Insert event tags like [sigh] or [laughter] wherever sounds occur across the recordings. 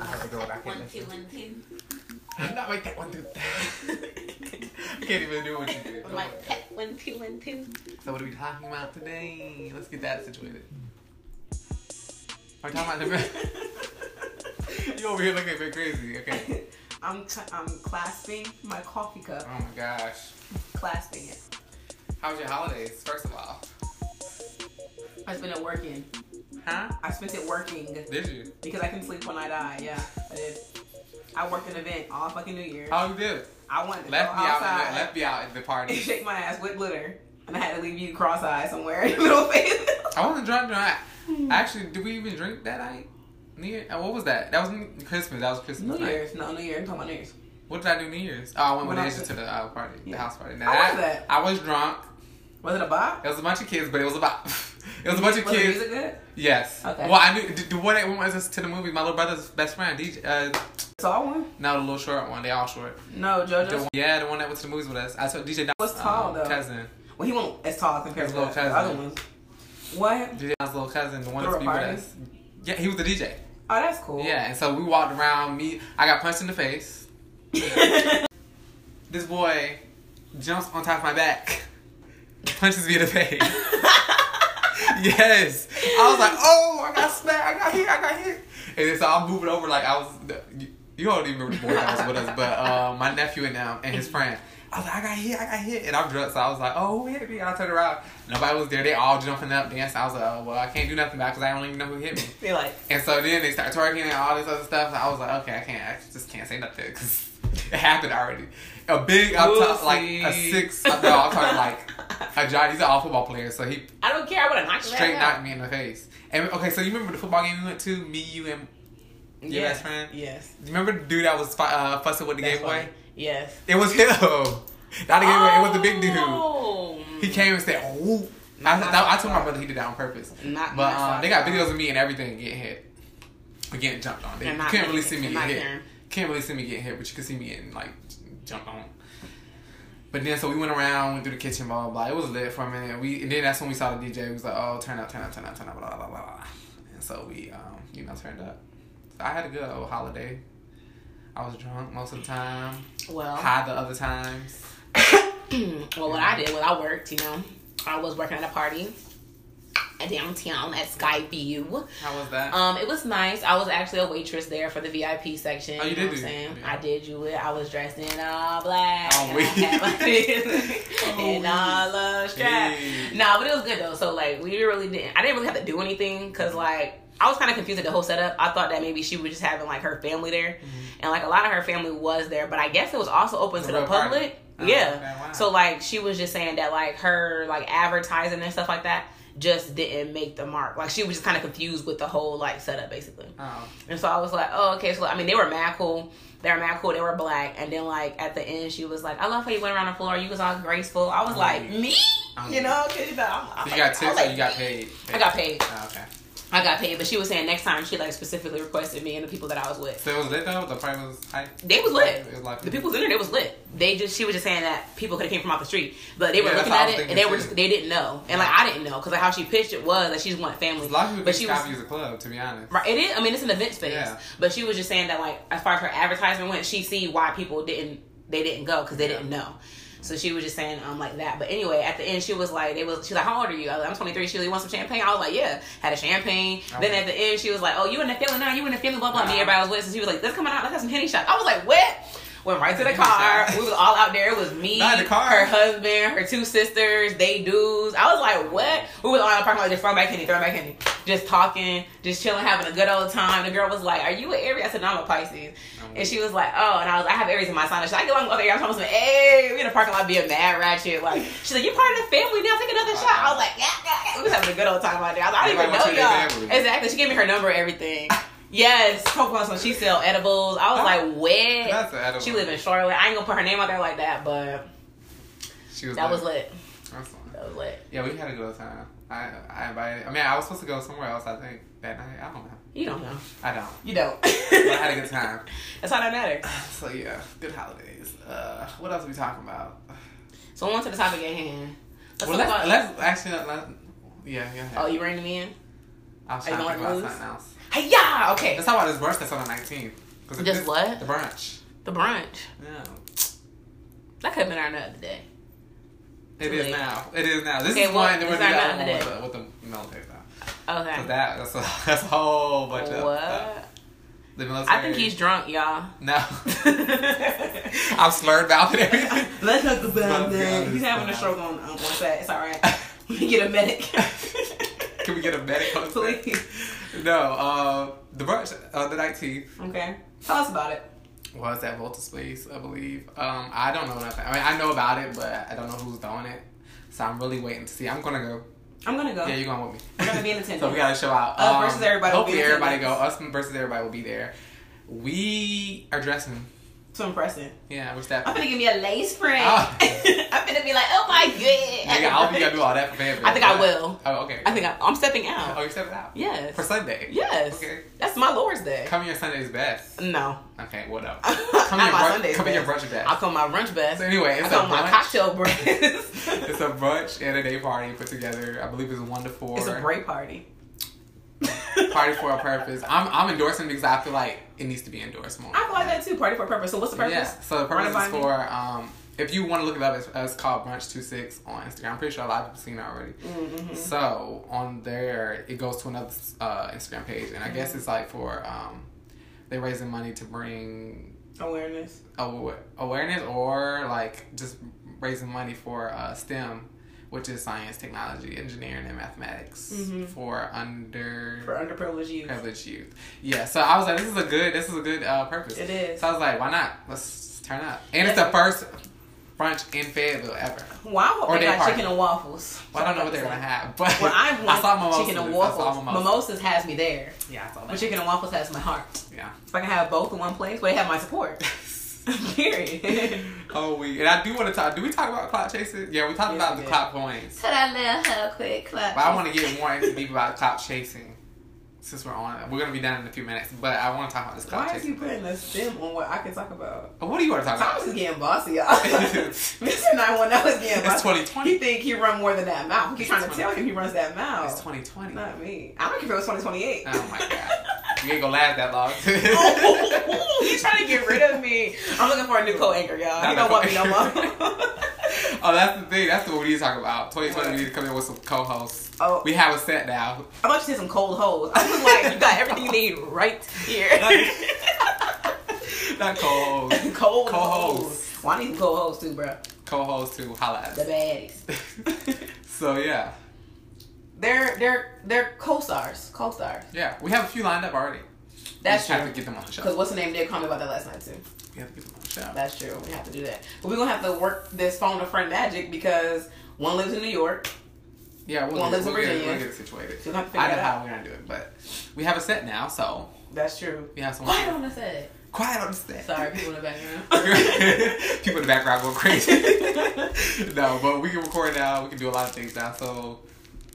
I have to go back in. One, two, one, two. I'm not like that one, two, three. I can't even do what you do. Go My on. pet, one, two, one, two. So what are we talking about today? Let's get that situated. Are we talking about the You over here looking a bit crazy. Okay. [laughs] I'm cl- I'm clasping my coffee Oh cup, my gosh. clasping it. How was your holidays, first of all? I spent it working. Huh? I spent it working Did you? because I couldn't sleep when I died. Yeah, I did. I worked an event all fucking New Year. How you did? I wanted to Left go me out. outside At, left me out at the [laughs] and party. shake my ass with glitter, and I had to leave you cross-eyed somewhere in the middle of it. [laughs] I wasn't drunk tonight. Actually, did we even drink that night? New Year? uh, What was that? That was New- Christmas. That was Christmas New night. Year's, no New Year. I'm talking about New Year's. What did I do New Year's? Oh, I went with When I Asia was- to the uh, party, the Yeah. house party. Now, How was I, that? I was drunk. Was it a bop? It was a bunch of kids, but it was about. [laughs] it was a bunch of Was the kids. music good? Yes. Okay. Well, I knew the the one that went with us to the movie. My little brother's best friend, DJ. Uh, Tall one? no, the little short one. They all short. No, The JoJo. one, yeah, the one that went to the movies with us. I told DJ. Was tall, though. um, Cousin. Well, he wasn't as tall compared to His the little the other cousin. ones. What? DJ Don's little cousin, the one Threw that's a be with party? us. Yeah, he was the DJ. Oh, that's cool. [laughs] Yeah, and so we walked around. Me, I got punched in the face. This boy jumps on top of my back, [laughs] punches me in the face. yes. I was like, oh, I got smacked. I got hit. I got hit. And then so I'm moving over like I was. You, you don't even remember the boy that was with us, but uh, my nephew and um, and his friend. I was like, I got hit. I got hit. And I'm drunk, so I was like, oh, who hit me? And I turned around. Nobody was there. They all jumping up, dancing. I was like, oh, well, I can't do nothing about because I don't even know who hit me. They're like, And so then they start twerking and all this other stuff. And I was like, okay, I can't, I just can't say nothing because [laughs] it happened already. A big, I'm talking like a Pussy. six. No, I'm talking like a giant. He's an all football player, so he I don't care. I would have knocked your straight ass out. knocked me in the face. And okay, so you remember the football game we went to? Me, you, and your Yes. best friend. Yes. You remember the dude that was fi- uh, fussing with the That's Game Boy? funny. Yes. It was him. [laughs] Not the Game Boy. It was the big dude. Oh. He came and said, "Ooh." I, I, I told my brother he did that on purpose. Not But um, they got myself. videos of me and everything getting hit. Or getting jumped on. They, you And not can't really making see it. me And get not hit. caring. Can't really see me get hit, but you can see me getting like jumped on. But then so we went around, went through the kitchen, blah blah blah. It was lit for a minute. We and then that's when we saw the DJ. We was like, oh, turn up, turn up, turn up, turn up, blah blah blah. blah. And so we, um, you know, turned up. So I had a good old holiday. I was drunk most of the time, Well, high the other times. [coughs] well, what I did was I worked. You know, I was working at a party at downtown at Skyview. How was that? Um, it was nice. I was actually a waitress there for the VIP section. Oh, you know did what I'm do- saying? yeah. I did you it. I was dressed in all black. Oh, and we- [laughs] I [laughs] had my- Oh, and we- all of strap. Hey. Nah, but it was good though. So like, we really didn't. I didn't really have to do anything because like. I was kind of confused at the whole setup. I thought that maybe she was just having like her family there, and like a lot of her family was there. But I guess it was also open It's a to the Mm-hmm. real party. public. Oh, yeah. okay, wow. So like she was just saying that like her like advertising and stuff like that just didn't make the mark. Like she was just kind of confused with the whole like setup basically. oh, And so I was like, oh okay. So I mean they were mad cool. They were mad cool. They were black. And then like at the end she was like, I love how you went around the floor. You was all graceful. I was like, me? I'm You know? Cause you know I'm, I'm, you got I was tips or you like, got me? paid? I got paid. Oh, okay. I got paid. But she was saying next time she like specifically requested me and the people that I was with. So it was lit though. The party was hype. They was lit. It was like The people was in there, they was lit. They just she was just saying that people could have came from off the street, but they were Yeah, that's looking what I at was it and thinking they were too. just, they didn't know, and like I didn't know because like how she pitched it was that she just wanted family, A lot of people but think she was. Skyview is a club, to be honest. Right, it is. I mean, it's an event space, Yeah. but she was just saying that, like, as far as her advertisement went, she see why people didn't they didn't go because they Yeah. didn't know. So she was just saying um like that. But anyway, at the end, she was like, they was she's like, how old are you? I was like, I'm 23. She was like, "You want some champagne? I was like, yeah. Had a champagne. Then Okay. at the end, she was like, oh, you in the feeling now? You in the feeling? Blah blah. Wow. Me, everybody was with. us. And she was like, let's come on out. Let's have some henny shots. I was like, what? Went right to the Henny [laughs] car. shots. We was all out there. It was me, Not in the car. her husband, her two sisters, they dudes. I was like, what? We was all in the parking lot just throwing back Henny, throwing back Henny. Just talking, just chilling, having a good old time. The girl was like, are you an Aries? I said, no, I'm a Pisces. And she was like, oh, and I was I have Aries in my sign. She's like, I get along with other Aries. I was like, hey, eh, we in the parking lot being mad ratchet. [laughs] Like, she's like, you're part of the family now. Take another shot. I was like, yeah, yeah, yeah. We was having a good old time out there. I was like, I didn't even know Everybody wants you y'all. in their family. Exactly. She gave me her number, and everything. Yes, Coke Plus when she sell edibles. I was like, what? That's an edible. She live in Charlotte. I ain't gonna put her name out there like that, but She was that was lit. That's fine. That was lit. Yeah, we had a good time. I I invited. I mean, I was supposed to go somewhere else. I think that night. I don't know. You don't know. I don't. You [laughs] don't. But I had a good time. [laughs] That's how that matters. So yeah, good holidays. Uh, what else are we talking about? So on to the topic at hand. Let's well, talk let's, about. let's actually. Let, yeah, yeah. oh, you ringing me in? I was are you trying to going think about loose? something else. Hey, yeah, okay. That's how I just brunch that's on the 19th. 'Cause if Just this- what? The brunch. The brunch. Yeah. That could have been our another day. It Too is late. now. It is now. This Okay, is well, one that we're it's doing not that another one with day. the, with the military stuff. Cause Okay. that that's a [laughs] that's a whole bunch of stuff. What? The military. I think he's drunk, y'all. [laughs] [laughs] no. Let's I'm slurred mouth and everything. talk about that. He's having a stroke on um, one side. It's all right. [laughs] [laughs] Let me get a medic. Can we get a medic [laughs] on that? Please. [laughs] No. Uh, the brunch uh, the 19th Okay. Tell us about it. was at Volta's place, I believe. Um, I don't know nothing. I mean, I know about it, but I don't know who's doing it. So I'm really waiting to see. I'm gonna go. I'm gonna go. Yeah, you're going with me. We're Oh. gonna [laughs] be in attendance. so we gotta show out. Um, Us versus everybody will be Hopefully, in everybody go. attendance. Us versus everybody will be there. We are dressing. to impress him. Yeah, what's that? I'm gonna give me a lace front. Ah. [laughs] I'm gonna be like, oh my god. Nigga, I don't think I do all that for fan I think I will. Oh, okay. I think I, I'm stepping Oh, out. you stepping out? Yes. For Sunday? Yes. Okay. That's my Lord's day. Come in your Sunday's best. No. Okay, what [laughs] up? Not Come in your, my brunch, Sunday's come in your best. brunch I best. call my brunch best. So anyway, I it's a call my brunch. cocktail brunch. [laughs] It's a brunch and a day party put together. I believe it's one to four. It's a break party. Party for a purpose. I'm, I'm endorsing because I feel like it needs to be endorsed more. [laughs] I feel like that too. Party for a purpose. So what's the purpose? Yeah. So the Run it purpose by is me. for um, if you want to look it up, it's, it's called Brunch26 on Instagram. I'm pretty sure a lot of people seen it already. Mm-hmm. So on there, it goes to another uh, Instagram page, and I Mm-hmm. guess it's like for um, they're raising money to bring Awareness. awa- awareness or like just raising money for uh, STEM. Which is science, technology, engineering, and mathematics Mhm. for under For underprivileged youth. privileged youth. Yeah, so I was like, this is a good, this is a good uh, purpose. It is. So I was like, why not? Let's turn up. And it's the first brunch in Fayetteville ever. Well, I hope Or they day got party. chicken and waffles. Well, I don't know what they're gonna have, but Well, [laughs] I want saw mimosas. chicken and I waffles. saw Mimosas. mimosas. has me there, Yeah, I saw but that. chicken and waffles has my heart. Yeah. If I can have both in one place, well, they have my support. [laughs] Period. [laughs] Oh, we and I do want to talk. Do we talk about clock chasing? Yeah, we talked Yes, about we the did. clock points, Put that little hell quick clap. but I want to get more into deep about clock chasing since we're on. it. We're gonna be done in a few minutes, but I want to talk about this clock Why is chasing. you putting a stem on what I can talk about? Oh, what do you want to talk Thomas about? is getting bossy, [laughs] y'all. [laughs] Mr. 910 is getting It's bossy. twenty He twenty. think he run more than that mouth. Keep trying to It's tell him he runs that It's mouth. twenty twenty. Not me. I don't care if it was 2028. Oh my god, you ain't gonna last that long. [laughs] Oh, [laughs] he's trying to get rid of me. I'm looking for a new co-anchor, y'all. Not He don't want a me no co-anchor. [laughs] more. [laughs] [laughs] Oh, that's the thing. That's what we need to talk about. 2020, What? we need to come in with some co-hosts. oh, We have a set now. [laughs] I'm about to say some cold hoes. I was like, you got everything you need right here. [laughs] Not co-hosts. cold Co-hoes. hoes. Well, I need some cold hoes too, bro. Co-hosts to holla at The us. baddies. [laughs] so, yeah. they're they're they're co-stars. Co-stars. Yeah. We have a few lined up already. we That's just have true. to get them on the show. Because what's the name? They called me about that last night too. We have to get them on the show. That's true. We have to do that. But we're gonna have to work this phone to friend magic because one lives in New York. Yeah, we'll, Well, get, let's we'll, get, Virginia. we'll get it situated. You'll have to I figure know it how out. we're going to do it, but we have a set now, so That's true. we have someone. Why don't I say it? Quiet on the set. Sorry, people in the [laughs] people in the background go crazy. [laughs] [laughs] background. no, but we can record now. We can do a lot of things now, so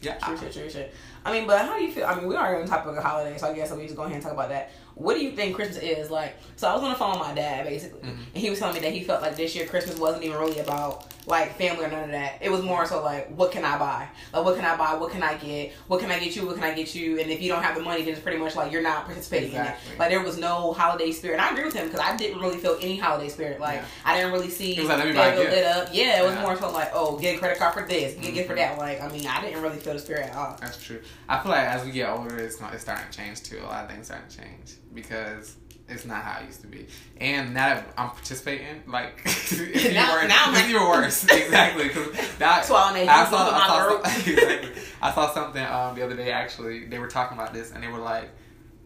yeah. True, true, true, true. I mean, but how do you feel? I mean, we are on the topic of holidays, so I guess we just go ahead and talk about that. What do you think Christmas is like? So I was on the phone with my dad basically, Mhm. and he was telling me that he felt like this year Christmas wasn't even really about like family or none of that. It was more so like, what can I buy? Like, what can I buy? What can I get? What can I get you? What can I get you? And if you don't have the money, then it's pretty much like you're not participating in Exactly. it. Like there was no holiday spirit. And I agree with him because I didn't really feel any holiday spirit. Like Yeah. I didn't really see It was like, let me buy a Fayetteville gift. lit up. Yeah, it was Yeah. more so like, oh, get a credit card for this, get a gift for Mhm. that. Like I mean, I didn't really feel the spirit at all. That's true. I feel like as we get older, it's not, it's starting to change too. A lot of things starting to change because it's not how it used to be. And now that I'm participating, like [laughs] it's [laughs] even Now- worse. now I'm it's like- even [laughs] worse. exactly. Because that That's why I'm I saw, I, saw, my [laughs] exactly. [laughs] I saw something um, the other day. Actually, they were talking about this, and they were like.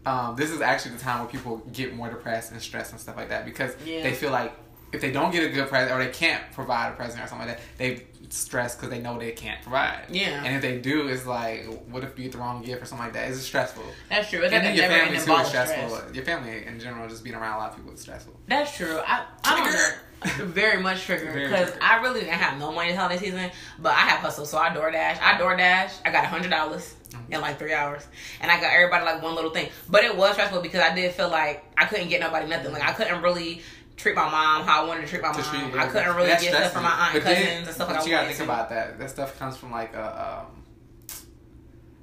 Um, this is actually the time where people get more depressed and stressed and stuff like that because Yeah. they feel like if they don't get a good present or they can't provide a present or something like that, they stress because they know they can't provide. Yeah. And if they do, it's like, what if you get the wrong gift or something like that? It's stressful. That's true. It's and then like a your never family ending too ball is of stressful. stress. Your family in general, just being around a lot of people is stressful. That's true. I, I don't [laughs] very much triggered Very because triggered. I really didn't have no money this holiday season, but I have hustled. So I DoorDash. I DoorDash. I got a hundred dollars in like three hours, and I got everybody like one little thing. But it was stressful because I did feel like I couldn't get nobody nothing. Like I couldn't really. Treat my mom how I wanted to treat my mom. To treat Um, I couldn't everybody. really That's get stuff stressful. from my aunt, But cousins, then- and stuff but like that. you gotta think about that. That stuff comes from like a um,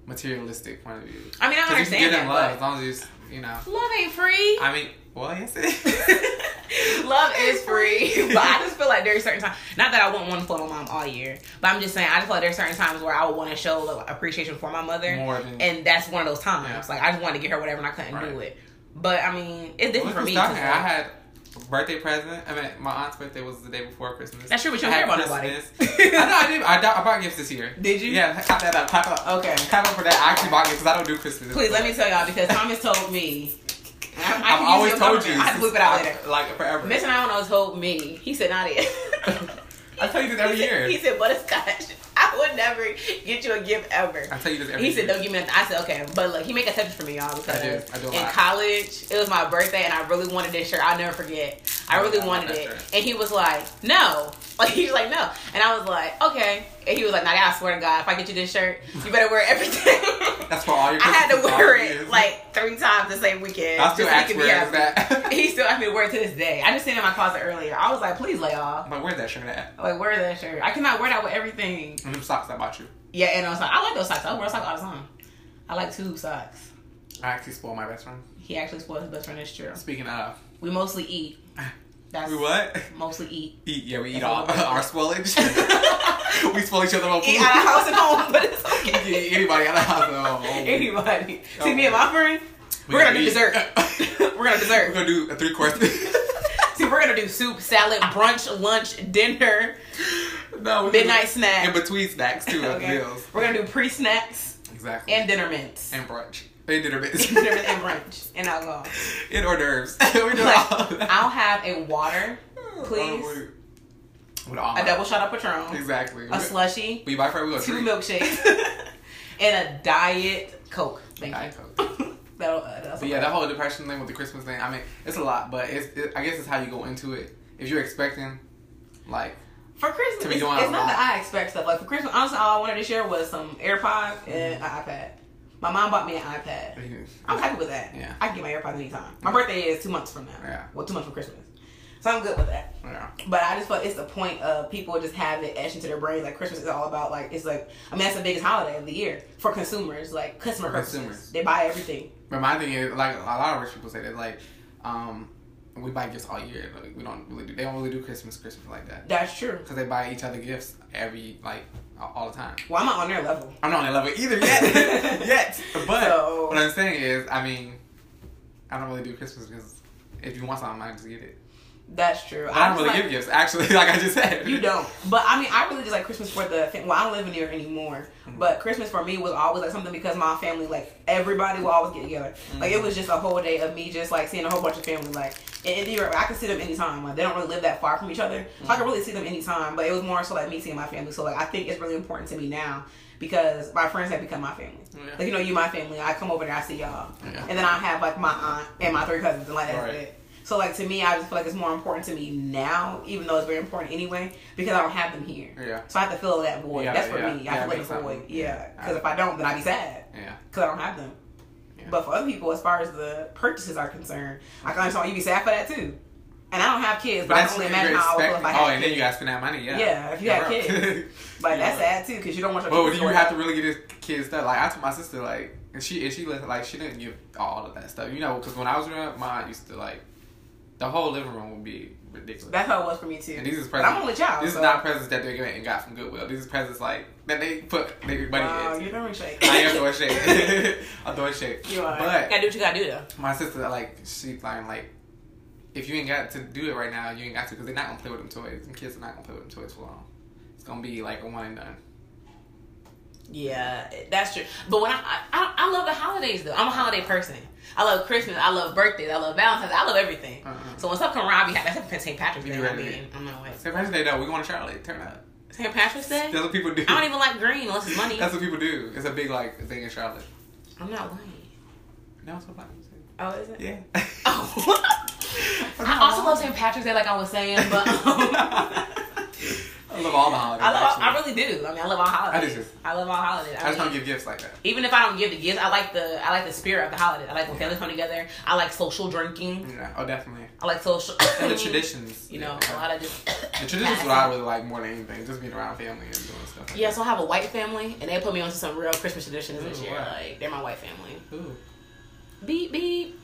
materialistic point of view. I mean, 'Cause you I can understand get that. in love as but long as you, s- you know. love ain't free. I mean, well, yes, it [laughs] is. [laughs] Love is free, [laughs] but I just feel like there's certain times. Not that I wouldn't want to follow mom all year, but I'm just saying I just feel like there's certain times where I would want to show like, appreciation for my mother, More than and that's one of those times. Yeah. Like I just wanted to get her whatever, and I couldn't do Right. it. But I mean, it's Well, different for it's me. not 'cause, bad. I like, had a birthday present. I mean, my aunt's birthday was the day before Christmas. That's true, but you I don't had care about nobody. Christmas. [laughs] I know I did. I, do- I bought gifts this year. Did you? Yeah, clap that up. Clap up. Okay. Clap up for that. I actually bought gifts because I don't do Christmas. Please let me tell y'all [laughs] because Thomas told me. and I, I I've can always use your told number. you. I have to bleep it out I- later. Like forever. Miss and I don't know told me. He said not it. [laughs] I tell you this every [laughs] he said- year. He said butterscotch. [laughs] I would never get you a gift ever. I tell you this every He said, year. "Don't give me." Nothing. I said, "Okay," but look, he make exceptions for me, y'all. Because I do. I do a in lot. college, it was my birthday, and I really wanted this shirt. I'll never forget. I Oh, really yeah, I love wanted that it, shirt. and he was like, "No," [laughs] like he was like, "No," and I was like, "Okay," and he was like, "Nah, I swear to God, if I get you this shirt, you better wear everything." [laughs] That's for all your. I had [laughs] to Christmas wear parties. it like three times the same weekend. I still just so he ask could where be is happy. that. [laughs] He still asked me to wear it to this day. I just seen it in my closet earlier. I was like, please lay off. [laughs] I'm like, where's that shirt at? Like, wear that shirt. I cannot wear that with everything. And them socks I bought you. Yeah, and I was like, I like those socks. I wear socks all the time. I like tube socks. I actually spoiled my best friend. He actually spoiled his best friend. It's true. Speaking of, We mostly eat. That's we what? [laughs] Mostly eat. Eat. Yeah, we eat That's all what we're [laughs] our spoilage. [laughs] [laughs] we spoil each other on food. Eat out of [laughs] house and home, but it's You can [laughs] okay. eat anybody out of house at [laughs] all. Anybody. See Oh. me and my friend. We We're gonna do eat. [laughs] dessert. We're gonna We're dessert. gonna do a three [laughs] course. [laughs] See, we're gonna do soup, salad, brunch, lunch, dinner, no, we're gonna midnight do- in snack. between snacks too at the Okay. meals. We're gonna do pre snacks Exactly. and dinner mints. and brunch. They did a bit. [laughs] dinner mints and brunch and [laughs] alcohol. In hors d'oeuvres. [laughs] we do Like, all that. I'll have a water, please. Oh, we- With all a my- double shot of Patron, Exactly. a slushie, we buy for we go two treat. [laughs] milkshakes, and a diet Coke. Thank Diet you. Coke. [laughs] That'll- uh, that's But yeah, that whole depression thing with the Christmas thing. I mean, it's a lot, but it's it, I guess it's how you go into it. If you're expecting, like, For Christmas, To be it's, going it's out not a lot. that I expect stuff. Like for Christmas, honestly, all I wanted this year was some AirPods Mm-hmm. and an iPad. My mom bought me an iPad. I'm happy with that. Yeah. I can get my AirPods anytime. My birthday is two months from now. Yeah. Well, two months from Christmas. So I'm good with that. yeah, But I just feel it's the point of people just having it etched into their brain. Like Christmas is all about like it's like I mean that's the biggest holiday of the year for consumers. Like customer For purposes, consumers. they buy everything. But my thing is, like, a lot of rich people say that, like, um, we buy gifts all year. Like, we don't really do. They don't really do Christmas, Christmas like that. That's true. Because they buy each other gifts every, like, all all the time. Well, I'm not on their level. I'm not on that level either [laughs] yet. yet. But So- what I'm saying is, I mean, I don't really do Christmas because if you want something, I just get it. That's true. I don't just really like- give gifts, actually, [laughs] like I just said. You don't. But I mean, I really just like Christmas for the. fam- Well, I don't live in New York anymore. Mm-hmm. But Christmas for me was always like something because my family, like everybody, will always get together. Like Mm-hmm. it was just a whole day of me just like seeing a whole bunch of family. Like in, in New York, I could see them anytime. Like they don't really live that far from each other, so I Mm-hmm. could really see them anytime. But it was more so like me seeing my family. So like I think it's really important to me now because my friends have become my family. Yeah. Like you know, you my family. I come over there, I see y'all, Yeah. and then I have like my aunt and my three cousins, and like that's Right. it. So like to me, I just feel like it's more important to me now, even though it's very important anyway, because I don't have them here. Yeah. So I have to fill that void. Yeah, That's for yeah. me. Yeah, I it feel like makes a sense. void. Yeah. Yeah. Because if I don't, then I'd be sad Yeah. because I don't have them. Yeah. But for other people, as far as the purchases are concerned, I can understand why you'd be sad for that too. And I don't have kids, But but I that's can only what imagine you're how I would feel expecting. if I Oh, had and then you kids. gotta spend that money, yeah. Yeah, if you had Yeah, bro. [laughs] kids. Like that's Yeah. sad too, because you don't want your But kids do you to have to really get his kids stuff? Like I told my sister, like and she and she was, like she didn't give all of that stuff, you know, because when I was growing up, mine used to like the whole living room would be ridiculous. That's how it was for me too. and these is But presents. I'm only child. This so. is not presents that they get and got from Goodwill. These is presents like that they put everybody Wow, in. you're throwing shade. I am doing [laughs] shit. I'm doing shit. [laughs] You are. But do what you gotta do though. my sister, like, she's like, like, if you ain't got to do it right now, you ain't got to, because they're not gonna play with them toys. Them kids are not gonna play with them toys for long. It's gonna be like a one and done. Yeah, that's true. But when I I, I I love the holidays though. I'm a holiday person. I love Christmas. I love birthdays. I love Valentine's. I love everything. Uh-uh. So when stuff come around, I be happy. That's St. Patrick's Day. You I ready? mean, I'm not like St. Patrick's Day, though, we going to Charlotte. Turn up. St. Patrick's Day. That's what people do. I don't even like green unless it's money. That's what people do. It's a big, like, thing in Charlotte. I'm not white. No, it's a black music. Oh, is it? [laughs] Yeah. [laughs] Oh. [laughs] [laughs] I also love St. Patrick's Day, like I was saying, but um, I love all the holidays. I love. actually. I really do. I mean, I love all holidays. I do too. I love all holidays. I just mean, don't give gifts like that. even if I don't give the gifts, I like the I like the spirit of the holiday. I like when families come together. I like social drinking. Yeah. Oh, definitely. I like social. And the traditions. [coughs] You know, yeah. a lot of just. The traditions [coughs] is what I really like more than anything. Just being around family and doing stuff. Like Yeah, so I have a white family, and they put me onto some real Christmas traditions this Ooh, year. wow. Like they're my white family. That. Ooh. Beep beep.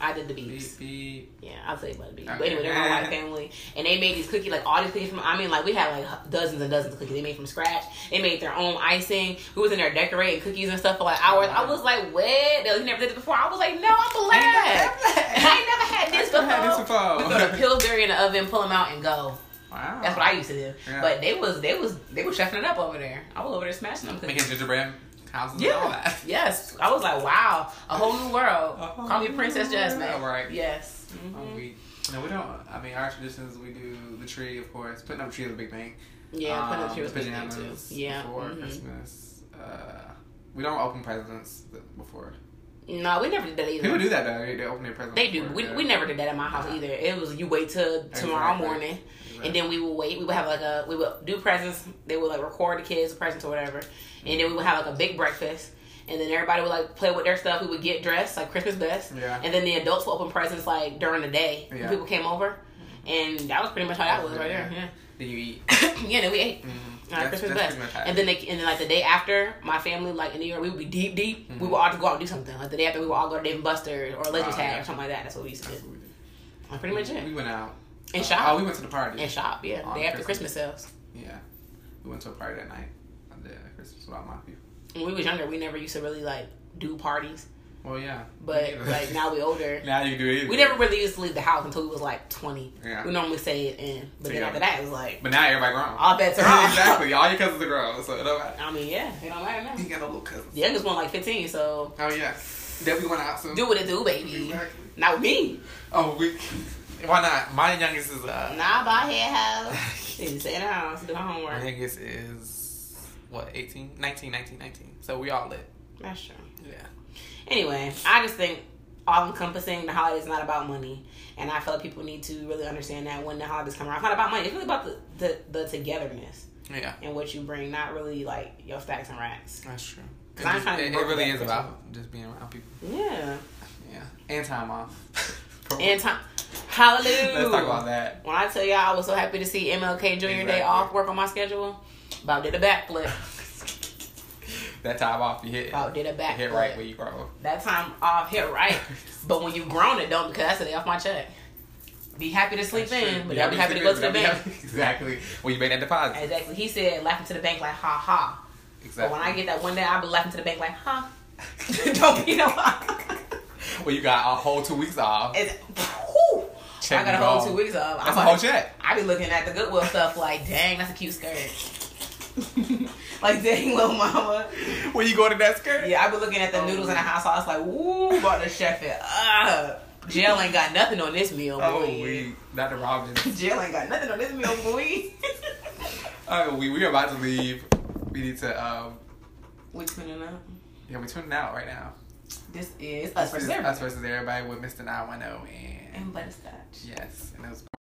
I did the Beep beeps. beep. Yeah, I'll tell you about the beef. But Okay. anyway, they're [laughs] my white family, and they made these cookies, like all these cookies from. I mean, like we had like dozens and dozens of cookies they made from scratch. They made their own icing. We was in there decorating cookies and stuff for like hours. I was like, what? They like, "You never did this before. I was like, no, I'm glad. [laughs] I ain't never had this before. never had this before. We [laughs] go to Pillsbury in the oven, pull them out, and go. Wow. That's what I used to do. Yeah. But they was they was they was chefing it up over there. I was over there smashing them Making cookies. gingerbread houses and all Yeah. that. Yes. I was like, wow, a whole new world. A whole Call me new Princess world. Jasmine. Right. Yes. Mhm. Um, we, no, we don't. I mean, our traditions, we do the tree, of course. Putting up a tree is a big thing. Yeah, put Um, up your pajamas too. pajamas Yeah. Before mhm. Christmas. Uh, we don't open presents th- before. No, we never did that People either. do that, though. They, they open their presents. They do. before, We, yeah. we never did that at my house Nah. either. It was you wait till tomorrow Exactly. morning, Exactly. and then we would wait. We would have like a we would do presents. They would like record the kids presents or whatever, and then we would have like a big breakfast. And then everybody would like play with their stuff. We would get dressed like Christmas best, Yeah. and then the adults would open presents like during the day. when Yeah. People came over, and that was pretty much how that was right there. Yeah, Then you [laughs] eat. yeah. [clears throat] Then we ate. Mhm. Our That's- Christmas that's best. pretty much how it And then, they, and then like the day after, my family like in New York, we would be deep, deep. We would all go out and do something. Like the day after, we would all go to Dave and Buster's or Laser Mm-hmm. Oh, Tag yeah. or something like that. That's what we used to do. That's what we did. That's pretty much We it. went out. And Uh, shop. Oh, we went to the party. And shop, yeah. On day after Christmas. Christmas sales. yeah. We went to a party that night. on the Christmas with all my people. When we was younger, we never used to really like do parties, Well, yeah. but Yeah. like now we older. [laughs] now you do it. We never really used to leave the house until we was like twenty. Yeah. We normally say it in, but then Yeah. after that, it was like But now everybody grown. all [laughs] bets are off. exactly. All your cousins are grown, so it don't matter. [laughs] I mean, yeah, it don't matter now. You got no little cousins. The youngest one like fifteen, so Oh yeah. Then we went out soon. do what it do, baby. Exactly. Not with me. Oh, we. Why not? My youngest is uh. Nah, buy head house. Didn't say no. Do my My homework. youngest is what 18, 19, 19, 19. So we all lit. That's true. Yeah. Anyway, I just think all encompassing the holiday is not about money, and I feel like people need to really understand that when the holidays come around, it's not about money. It's really about the the, the togetherness Yeah. and what you bring, not really like your stacks and racks. That's true. It, Cause I'm just- trying to it, it work with really that is person. about just being around people. Yeah, Yeah. And time off. [laughs] and time. Hallelujah. Let's talk about that. When I tell y'all, I was so happy to see MLK Jr. Day Exactly. off work on my schedule. About did a backflip. That time off, you hit. About did a you backflip. hit right where you grow. That time off hit right. But when you grown it don't because that's the day off my check. Be happy to sleep That's true. in, but Yeah, y'all be happy to go to the sleep in, but bank. y'all be [laughs] happy- Exactly. Well, you made that deposit. Exactly. He said laughing to the bank like ha ha. But Exactly. when I get that one day I'll be laughing to the bank [laughs] like ha. Don't be no ha. well, you got a whole two weeks off. It's- whew. Check I got a me whole off. two weeks off. That's I'm a whole check. I be looking at the Goodwill stuff like, dang, that's a cute skirt. [laughs] like, dang, little mama. When you go to that skirt. Yeah, I be looking at the Oh, noodles in the man. house sauce like, woo, brought the chef it up. Jill ain't got nothing on this meal, boy. Oh, [laughs] we. Dr. Robbins. Jill ain't got nothing on this meal, [laughs] boy. All right, Oh, we we are about to leave. We need to um we tuning up. yeah we tuning out right now. This is us This versus is everybody. us versus everybody with Mr. Nine One Zero and And butterscotch. yes, and it was.